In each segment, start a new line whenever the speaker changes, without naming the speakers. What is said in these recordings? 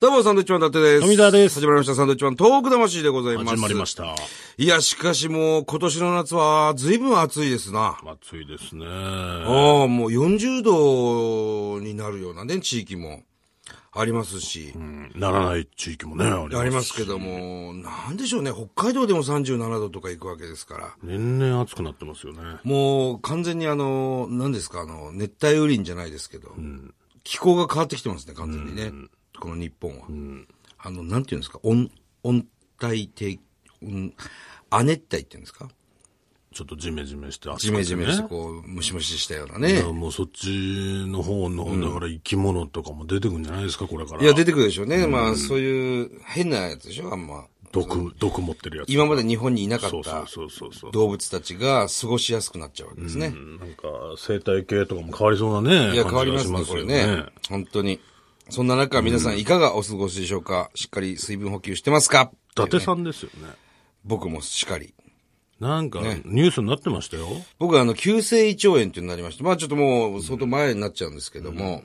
どうも、サンドウィッチマン伊達です。
富澤です
始まりました、サンドウィッチマン、トーク魂でございます。
始まりました。
いや、しかしもう、今年の夏は、随分暑いですな。
暑いですね。
ああ、もう40度になるようなね、地域もありますし、
うんならない地域もね、
あ
あ
り
り
ま
ます。
すけども、なんでしょうね、北海道でも37度とか行くわけですから。
年々暑くなってますよね。
もう完全にあの、何ですか、あの、熱帯雨林じゃないですけど、気候が変わってきてますね、完全にね。この日本は。あの、なんていうんですか、温、温帯低、うん、亜熱帯っていうんですか
ちょっとジメジメして暑くて、
ジ
ね。
メジメしてこう、ムシムシしたようなね
だか。らもうそっちの方の、だから生き物とかも出てくるんじゃないですか、これから。
いや、出てくるでしょうね。まあ、そういう変なやつでしょ、あんま。
毒、毒持ってるやつ。
今まで日本にいなかっ
そうそう
た
そうそうそう。
動物たちが過ごしやすくなっちゃうわけですね。
うんなんか、生態系とかも変わりそうなね。
いや、変わります
感
ね、
じ
こ
が
れ
し
ね。本当に。そんな中、皆さんいかがお過ごしでしょうかしっかり水分補給してますか
伊達さんですよね。
僕もしっかり。
なんか、ニュースになってましたよ。
僕はあの、急性胃腸炎っていうのになりまして、まあちょっともう相当前になっちゃうんですけども、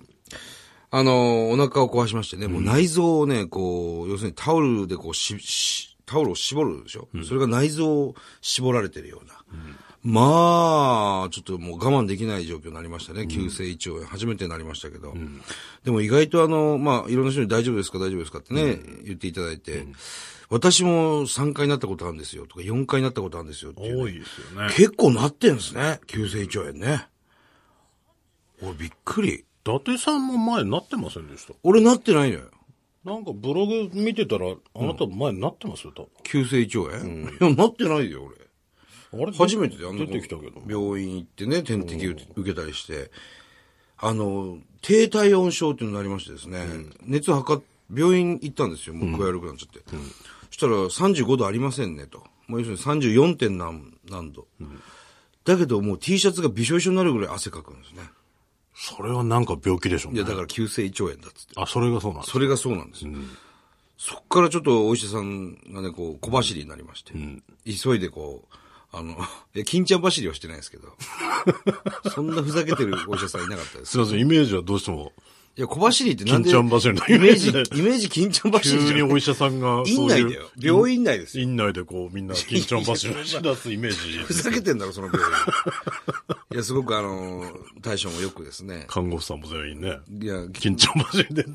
あの、お腹を壊しましてね、もう内臓をね、こう、要するにタオルでこうし、し、タオルを絞るでしょ、それが内臓を絞られてるような。まあ、ちょっともう我慢できない状況になりましたね。急性胃腸炎。初めてなりましたけど。でも意外とあの、まあ、いろんな人に大丈夫ですか大丈夫ですかってね、言っていただいて、私も3回なったことあるんですよとか、4回なったことあるんですよっていうね、
多いですよね。
結構なってんですね。急性胃腸炎ね。俺びっくり。
伊達さんも前なってませんでした。
俺なってないのよ。
なんかブログ見てたら、あなた前になってますよ、多
急性胃腸炎、 いや、なってないよ、俺。
分。あれ
初めてであんな
出てきたけど。
病院行ってね、点滴受け受けたりして。あの、低体温症っていうのになりましてですね、熱測っ、病院行ったんですよ、もう具合悪くなっちゃって。そしたら35度ありませんね、と。もう要するに34点何何度、だけどもう T シャツがびしょびしょになるぐらい汗かくんですね。
それはなんか病気でしょう
い
ね
や、。だから急性胃腸炎だっつって。
あ、それがそうなんです
それがそうなんですよ。そっからちょっとお医者さんがね、こう、小走りになりまして、急いでこう、あの、 いや、金ちゃん走りはしてないですけど、 そんなふざけてるお医者さんいなかったです。
すいません、イメージはどうしても、
いや、小走りってなんで、
金ちゃん走りの
イ
イ
メ
メ
ー
ー
ジ、
ジ
イメージ金ちゃん走りじ
急
ゃ
に
ない
お医者さんが、
院
そう
内
いう
だよ。病院内ですよ。
院内でこう、みんな緊張走りをし出すイメージ。
ふざけてんだろ、その病院。いや、すごくあの、大将もよくですね、
看護婦さんも全員ね、
いや、
緊張走りで。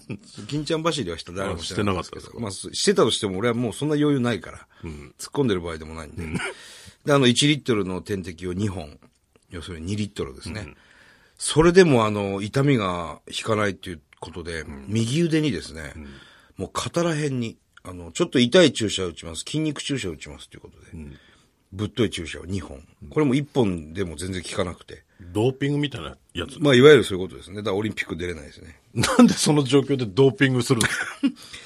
金ちゃん走りはした誰もしてなかった
あしてなかった
で
ですす
けど、まあ、すしてたとしても俺はもうそんな余裕ないから、突っ込んでる場合でもないんで。で、あの、1リットルの点滴を2本、要するに2リットルですね。それでもあの、痛みが引かないっていうことで、右腕にですね、もう肩ら辺に、あの、ちょっと痛い注射を打ちます、筋肉注射を打ちますということで、ぶっとい注射を2本。これも1本でも全然効かなくて。
ドーピングみたいなやつ。
まあ、いわゆるそういうことですね。だからオリンピック出れないですね。
なんでその状況でドーピングするんです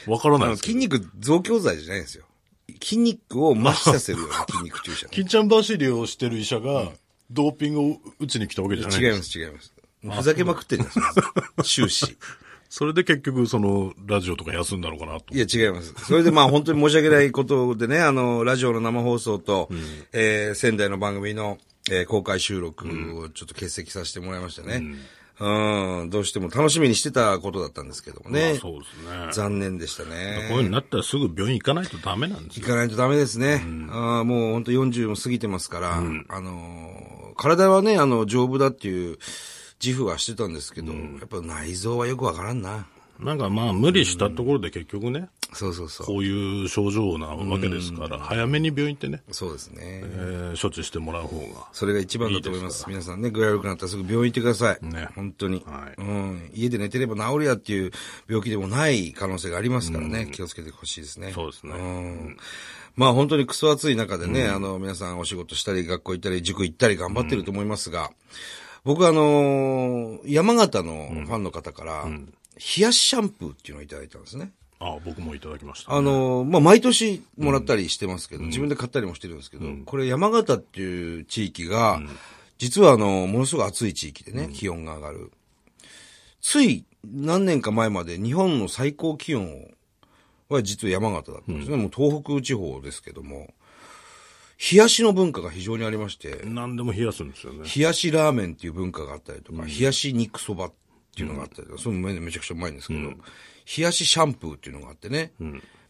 かわからない
あ
で
の
すけ
筋
ど。
肉増強剤じゃないんですよ。筋肉を麻痺させるよ うな筋肉注射。
緊張走りをしてる医者が、ドーピングを打ちに来たわけじゃないん
違
で
います、違います。ふざけまくってるじゃないです か。終始。
それで結局、その、ラジオとか休んだのかなと
い。や、違います。それでまあ本当に申し訳ないことでね、あの、ラジオの生放送と、えー仙台の番組の、えー公開収録をちょっと欠席させてもらいましたね。うん、どうしても楽しみにしてたことだったんですけども
まあ
ね。
そうですね。
残念でした
こういう
ね。
になったらすぐ病院行かないとダメなんです
行
よ。
かないとダメですね。ああもう本当40も過ぎてますから、あのー、体はね、あの、丈夫だっていう自負はしてたんですけど、やっぱ内臓はよくわからんな。
なんかまあ無理したところで結局ね、
そうそうそう。
こういう症状なわけですから、早めに病院行ってね、
そうですね。
えー処置してもらう方が。
それが一番だと思います。皆さんね、具合悪くなったらすぐ病院行ってください。
ね
本当に、
はい
うん。家で寝てれば治るやっていう病気でもない可能性がありますからね、気をつけてほしいですね。
そうですね
んまあ本当にクソ暑い中でね、あの、皆さんお仕事したり、学校行ったり、塾行ったり頑張ってると思いますが、僕はあのー山形のファンの方から、冷やしシャンプーっていうのをいただいたんですね。
ああ僕もいただきました。
あの、まあ、毎年もらったりしてますけど、自分で買ったりもしてるんですけど、これ山形っていう地域が、実はあの、ものすごい暑い地域でね、気温が上がる。つい何年か前まで日本の最高気温は実は山形だったんですね。もう東北地方ですけども、冷やしの文化が非常にありまして、
何でも冷やすんですよね。
冷やしラーメンっていう文化があったりとか、冷やし肉そばっていうのがあったりとか、それもめちゃくちゃうまいんですけど、冷冷やしシャンプーっていうのがあってね。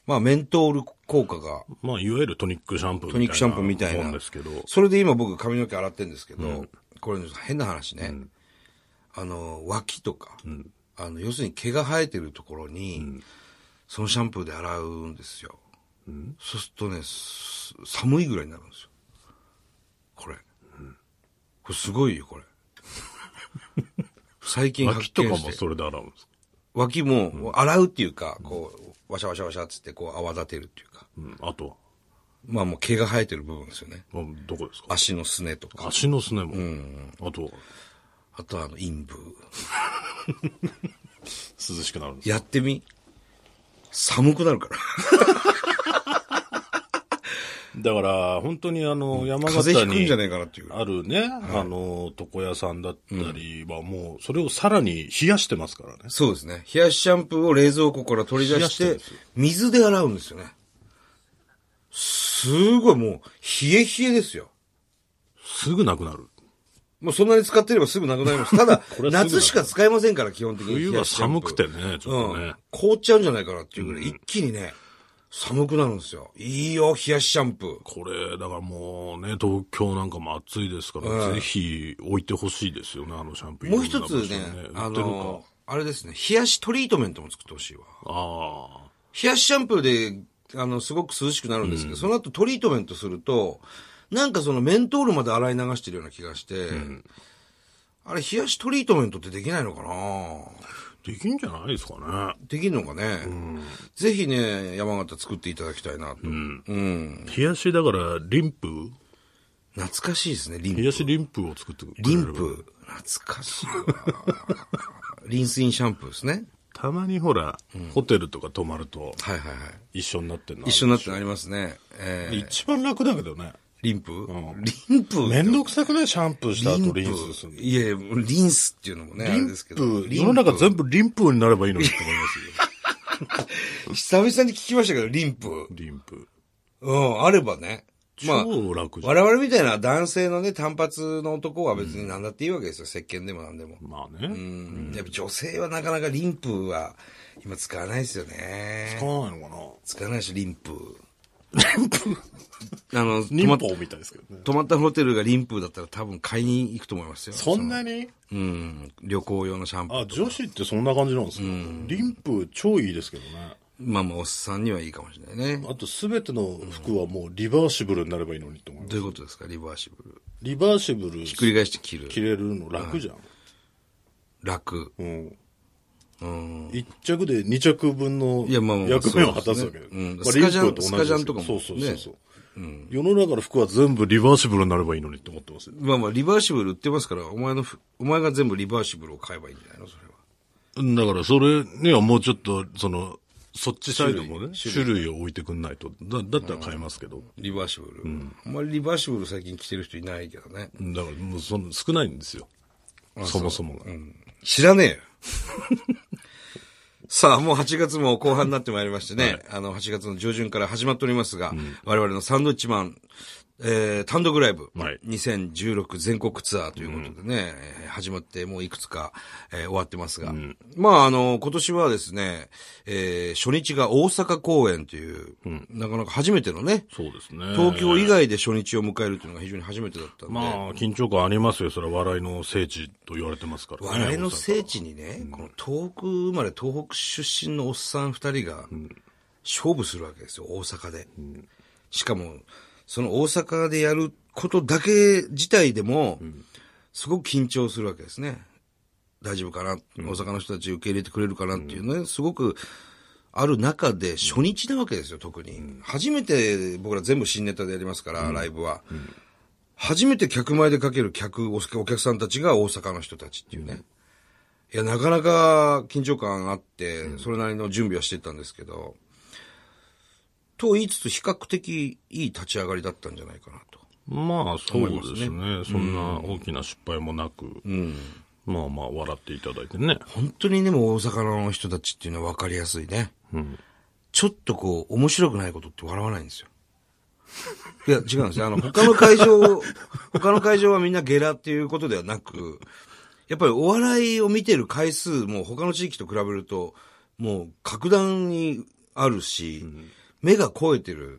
まあ、メントール効果が、
まあ、いわゆるトニックシャンプーみたいな。
トニックシャンプーみたいな。
もんですけど。
それで今僕髪の毛洗ってるんですけど、これ変な話ね。あの、脇とか、あの、要するに毛が生えてるところに、そのシャンプーで洗うんですよ。そうするとね、す寒いぐらいになるんですよ。これ。これすごいよ、こ れ。最近発見し
脇
て
とかもそれで洗うんですか
脇も洗うっていうか、こう、ワシャワシャワシャっつってこう泡立てるっていうか。
うん。あとは、
まあもう毛が生えてる部分ですよね。
まあどこですか
足のすねとか。
足のすねも。あとは、
あとはあの陰部。
涼しくなるんですか
やってみ寒くなるから。
だから、本当にあの、山
風邪ひく
形
ん
に
じゃねえかなっていう。
あるね、あの、床屋さんだったりは、もう、それをさらに冷やしてますからね。
そうですね。冷やしシャンプーを冷蔵庫から取り出し
冷やしてる
て
んですよ、
水で洗うんですよね。すごいもう、冷え冷えですよ。
すぐなくなる。
もうそんなに使ってればすぐなくなります。ただ
これ、はすぐなくなる
夏しか使えませんから、基本的に。
冬は寒くて
ね。
ね、ち
う
ょっとね
ん。。凍っちゃうんじゃないかなっていうぐらい、一気にね、寒くなるんですよ。いいよ、冷やしシャンプー。
これ、だからもうね、東京なんかも暑いですから、ぜひ置いてほしいですよね、あのシャンプー。
もう一つ
いろん
ね
な、
あ
場所にね売ってる
の、あれですね、冷やしトリートメントも作ってほしいわ。
か。ああ。
冷やしシャンプーで、あの、すごく涼しくなるんですけど、その後トリートメントすると、なんかそのメントールまで洗い流してるような気がして、あれ、冷やしトリートメントってできないのかな
できんじゃないですかね。
できるのかね、ぜひね、山形作っていただきたいなと。うん
冷やしだから、リンプ
懐かしいですね、リン
冷
プ。
やしリンプを作ってくれれば
リンプ。懐か しいわ。リンスインシャンプーですね。
たまにほら、ホテルとか泊まると、
はいはいはい。
一緒になってんの。
一緒になってなりますね。えー、
一番楽だけどね。
リンプ、リンプ
めんどくさくないシャンプーした後リンスするの。
いやいや、リンスっていうのもね、あれですけど。
世の中全部リンプになればいいのにって思い ますよ。
久々に聞きましたけど、リンプ。
リンプ。
うん、あればね。まあ、
超楽じゃん。
我々みたいな男性のね、単発の男は別に何だっていいわけですよ。石鹸でも何でも。
まあね。
うん。やっぱ女性はなかなかリンプは今使わないですよ
使
ね。
わないのかな
使わないし、リンプ。 あの、泊ま
忍
っ
法みたいですけどね。
泊まったホテルがリンプだったら多分買いに行くと思いますよ。
そんなに
うん。旅行用のシャンプー
あ、
とか。
女子ってそんな感じなんですかリンプ超いいですけどね。
まあまあ、おっさんにはいいかもしれないね。
あとすべての服はもうリバーシブルになればいいのにって思います。
どういうことですかリバーシブル。
リバーシブル
繰り返して切る。
着れるの楽じゃん。
楽。
うん。
うん。
一着で二着分の
いやまあまあ
役目を果たすわ
そ
け
うですねうん
まあ
スカジャン
リンクと同じです
スカジャンとかも
そうそうそう
ね
そう。世の中の服は全部リバーシブルになればいいのにって思ってますよ
まあまあ、リバーシブル売ってますから、お前のふ、お前が全部リバーシブルを買えばいいんじゃないのそれは。
だからそれにはもうちょっと、その、そっちサイドもね、
種
種類を置いてくんないと。だだったら買いますけど。
リバーシブル。あんまりリバーシブル最近着てる人いないけどね。
だからもうその少ないんですよ。そもそもが。
知らねえよ。 さあ、もう8月も後半になってまいりましてね、あの、8月の上旬から始まっておりますが、我々のサンドウィッチマン、えー、単独ライブ、
はい
2016全国ツアーということでね、えー始まってもういくつか、えー終わってますが、まあ、あの、今年はですね、えー、初日が大阪公演という、なかなか初めてのね、
そうですね。
東京以外で初日を迎えるというのが非常に初めてだったんで、
まあ、緊張感ありますよ。それは笑いの聖地と言われてますから、
笑いの
地
聖地にね、この東北生まれ、東北出身のおっさん二人が、勝負するわけですよ、大阪で。しかも、その大阪でやることだけ自体でも、すごく緊張するわけですね。大丈夫かな、大阪の人たち受け入れてくれるかなっていうね、すごくある中で初日なわけですよ、特に。初めて僕ら全部新ネタでやりますから、ライブは。初めて客前でかける客、お客お客さんたちが大阪の人たちっていうね。いや、なかなか緊張感あって、それなりの準備はしてたんですけど、と言いつつ比較的いい立ち上がりだったんじゃないかなと。
まあ、そうですね。そんな大きな失敗もなく、まあまあ、笑っていただいてね。
本当にでも大阪の人たちっていうのは分かりやすいね。ちょっとこう、面白くないことって笑わないんですよ。いや、違うんですよ。あの、他の会場、 他の会場はみんなゲラっていうことではなく、やっぱりお笑いを見てる回数も他の地域と比べると、もう格段にあるし、目が肥えてるっ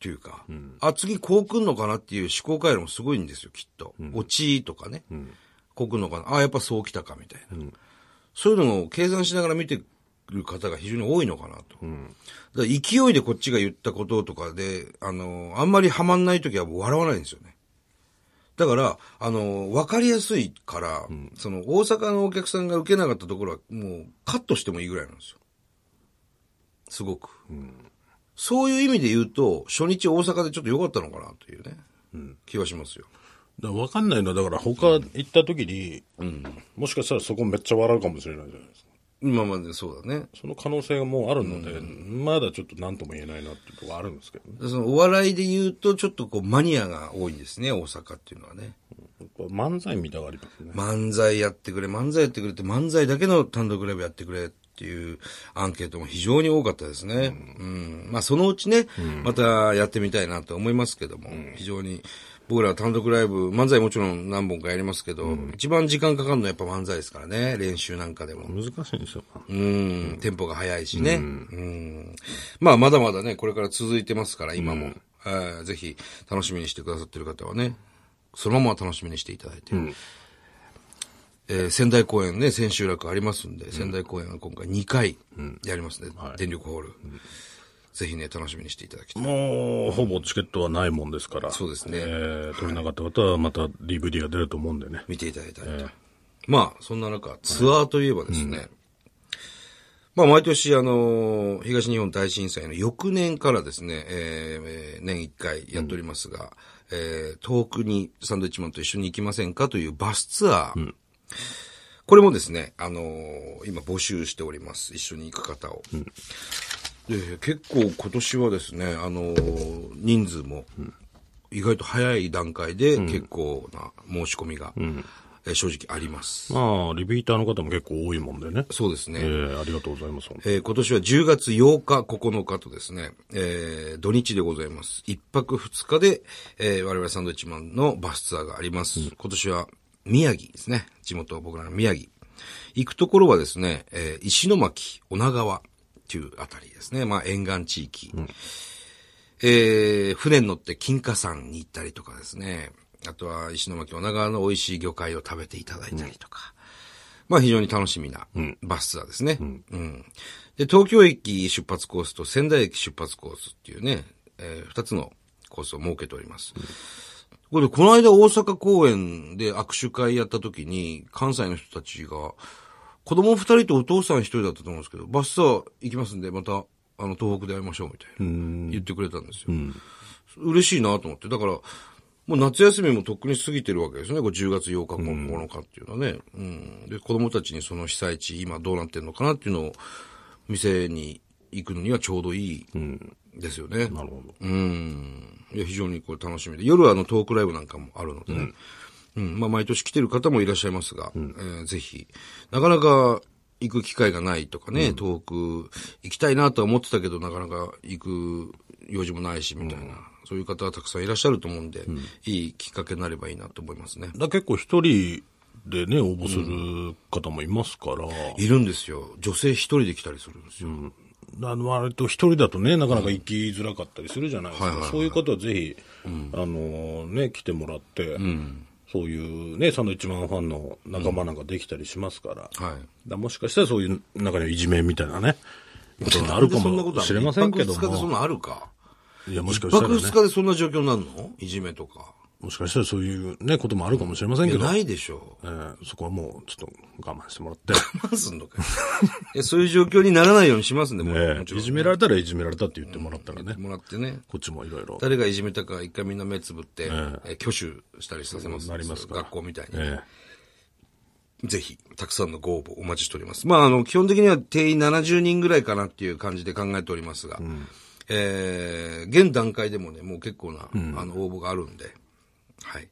ていうか、あ、次こう来んのかなっていう思考回路もすごいんですよ、きっと。落ちとかね。こう来んのかな。あ、やっぱそう来たかみたいな。そういうのを計算しながら見てる方が非常に多いのかなと。だから勢いでこっちが言ったこととかで、あの、あんまりハマんないときは笑わないんですよね。だから、あの、わかりやすいから、その、大阪のお客さんが受けなかったところは、もう、カットしてもいいぐらいなんですよ。すごく。そういう意味で言うと、初日大阪でちょっと良かったのかなというね、気はしますよ。
だから分かんないのは、だから他行った時に、もしかしたらそこめっちゃ笑うかもしれないじゃないですか。
今までそうだね。
その可能性がもうあるので、まだちょっと何とも言えないなっていうところあるんですけどね。
そのお笑いで言うと、ちょっとこう、マニアが多いんですね、大阪っていうのはね。
やっぱ漫才見たがりますね。
漫才やってくれ、漫才やってくれって、漫才だけの単独ライブやってくれっていうアンケートも非常に多かったですね。うん。まあ、そのうちね、またやってみたいなと思いますけども、非常に、僕らは単独ライブ、漫才もちろん何本かやりますけど、一番時間かかるのはやっぱ漫才ですからね、練習なんかでも。
難しいんですよ。
うん、テンポが速いしね。うん。まあ、まだまだね、これから続いてますから、今も。えーぜひ、楽しみにしてくださってる方はね、そのまま楽しみにしていただいて。えー仙台公演ね、千秋楽ありますんで、仙台公演は今回2回やりますね、電力ホール。ぜひね、楽しみにしていただきたい。
もう、ほぼチケットはないもんですから。
そうですね
えー取れなかった方はまた DVD が出ると思うんでね。
見ていただいたりと。まあ、そんな中、ツアーといえばですね、まあ、毎年、あのー、東日本大震災の翌年からですね、えーえー年1回やっておりますが、えー遠くにサンドイッチマンと一緒に行きませんかというバスツアー。これもですね、あのー今募集しております。一緒に行く方を。で結構今年はですね、あのー人数も意外と早い段階で結構な申し込みが、えー正直あります。
まあ、リピーターの方も結構多いもんでね。
そうですね。
えーありがとうございます。
えー今年は10月8日、9日とですね、えー土日でございます。1泊2日で、えー我々サンドイッチマンのバスツアーがあります。今年は宮城ですね。地元、僕らの宮城。行くところはですね、えー石巻、女川というあたりですね。まあ、沿岸地域。えー船に乗って金華山に行ったりとかですね。あとは石巻、女川の美味しい魚介を食べていただいたりとか。まあ非常に楽しみなバスツアーですね。うん。で、東京駅出発コースと仙台駅出発コースっていうね、えー二つのコースを設けております。これで、この間大阪公演で握手会やった時に、関西の人たちが、子供二人とお父さん一人だったと思うんですけど、バスツアー行きますんで、また、あの、東北で会いましょう、みたいな。言ってくれたんですよ。嬉しいなと思って。だから、もう夏休みもとっくに過ぎてるわけですね。これ10月8日、9日っていうのはね。うん。で、子供たちにその被災地、今どうなってんのかなっていうのを、店に行くのにはちょうどいいですよね。
なるほど。
うん。いや、非常にこれ楽しみで。夜はあのトークライブなんかもあるのでね。うん。まあ、毎年来てる方もいらっしゃいますが、えーぜひ、なかなか行く機会がないとかね、遠く行きたいなとは思ってたけど、なかなか行く用事もないし、みたいな、そういう方はたくさんいらっしゃると思うんで、いいきっかけになればいいなと思いますね。
だ結構一人でね、応募する方もいますから、
いるんですよ。女性一人で来たりするんですよ。
あの割と一人だとね、なかなか行きづらかったりするじゃないですか。そういう方はぜひ、あのね、来てもらって、そういうね、サンドイッチマンファンの仲間なんかできたりしますから、だか
はい。
らもしかしたらそういう中にはいじめみたいなね、ことがあるか
なんでそんなこと
も
ある
しれませんけど
一泊二日でそん
も、
なのあるか。
いや、もしか
一
したら
泊
ね
二、日でそんな状況になるのいじめとか。
もしかしたらそういうね、こともあるかもしれません
い
け
や
ど、
ないでしょう。
えーそこはもうちょっと我慢してもら って、
我慢すんのかよ いやそういう状況にならないようにしますんで、もう
え
もち
ー
ろん
いじめられたらいじめられたって言ってもらったらね、
もらってね。
こっちもいろいろ。
誰がいじめたか一回みんな目つぶって、えー挙手したりさせます。
なりますから
学校みたいに。
え
ぜひ、たくさんのご応募お待ちしております。まあ、あの、基本的には定員70人ぐらいかなっていう感じで考えておりますが、えー、現段階でもね、もう結構な、あの、応募があるんで、はい。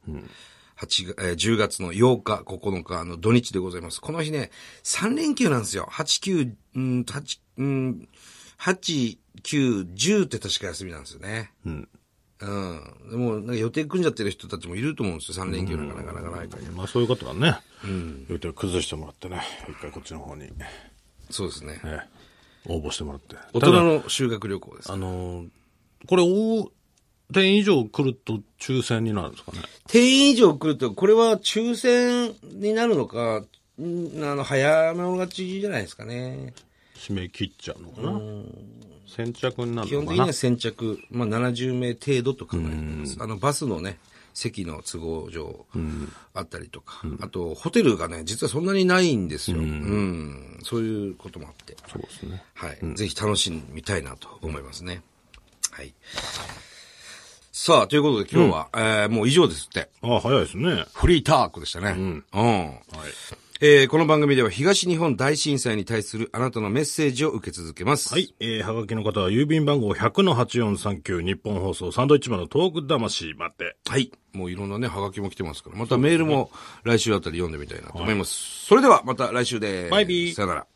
八月えー10月の8日、9日、あの、土日でございます。この日ね、3連休なんですよ。8、9、うん、8、うん、8、9、10って確か休みなんですよね。うん。うん。でも、なんか予定組んじゃってる人たちもいると思うんですよ。3連休なんかなかなかないから。
えまあそういうことがね、予定を崩してもらってね、一回こっちの方に。
そうですね。
ええ応募してもらって。
大人の修学旅行です。
あのーこれ、大、点以上来ると抽選になるんですかね。
定員以上来ると、これは抽選になるのか、んあの、早めの勝ちじゃないですかね。
締め切っちゃうのかな。先着にな
基
る
本的
のか
に
な
は。先着、まあ、70名程度と考えてます。あの、バスのね、席の都合上、あったりとか、あと、ホテルがね、実はそんなにないんですよ。うん、そういうこともあって。
そうですね。
はい。ぜひ楽しみたいなと思いますね。はい。さあ、ということで今日は、えーもう以上ですって。
ああ、早いですね。
フリータークでしたね。うん。えーこの番組では東日本大震災に対するあなたのメッセージを受け続けます。
はい。えー、はがきの方は郵便番号100-8439日本放送サンドイッチマンのトーク魂待って。
はい。もういろんなね、ハガキも来てますから、またメールも来週あたり読んでみたいなと思います。それではまた来週です。
バイビー
さよなら。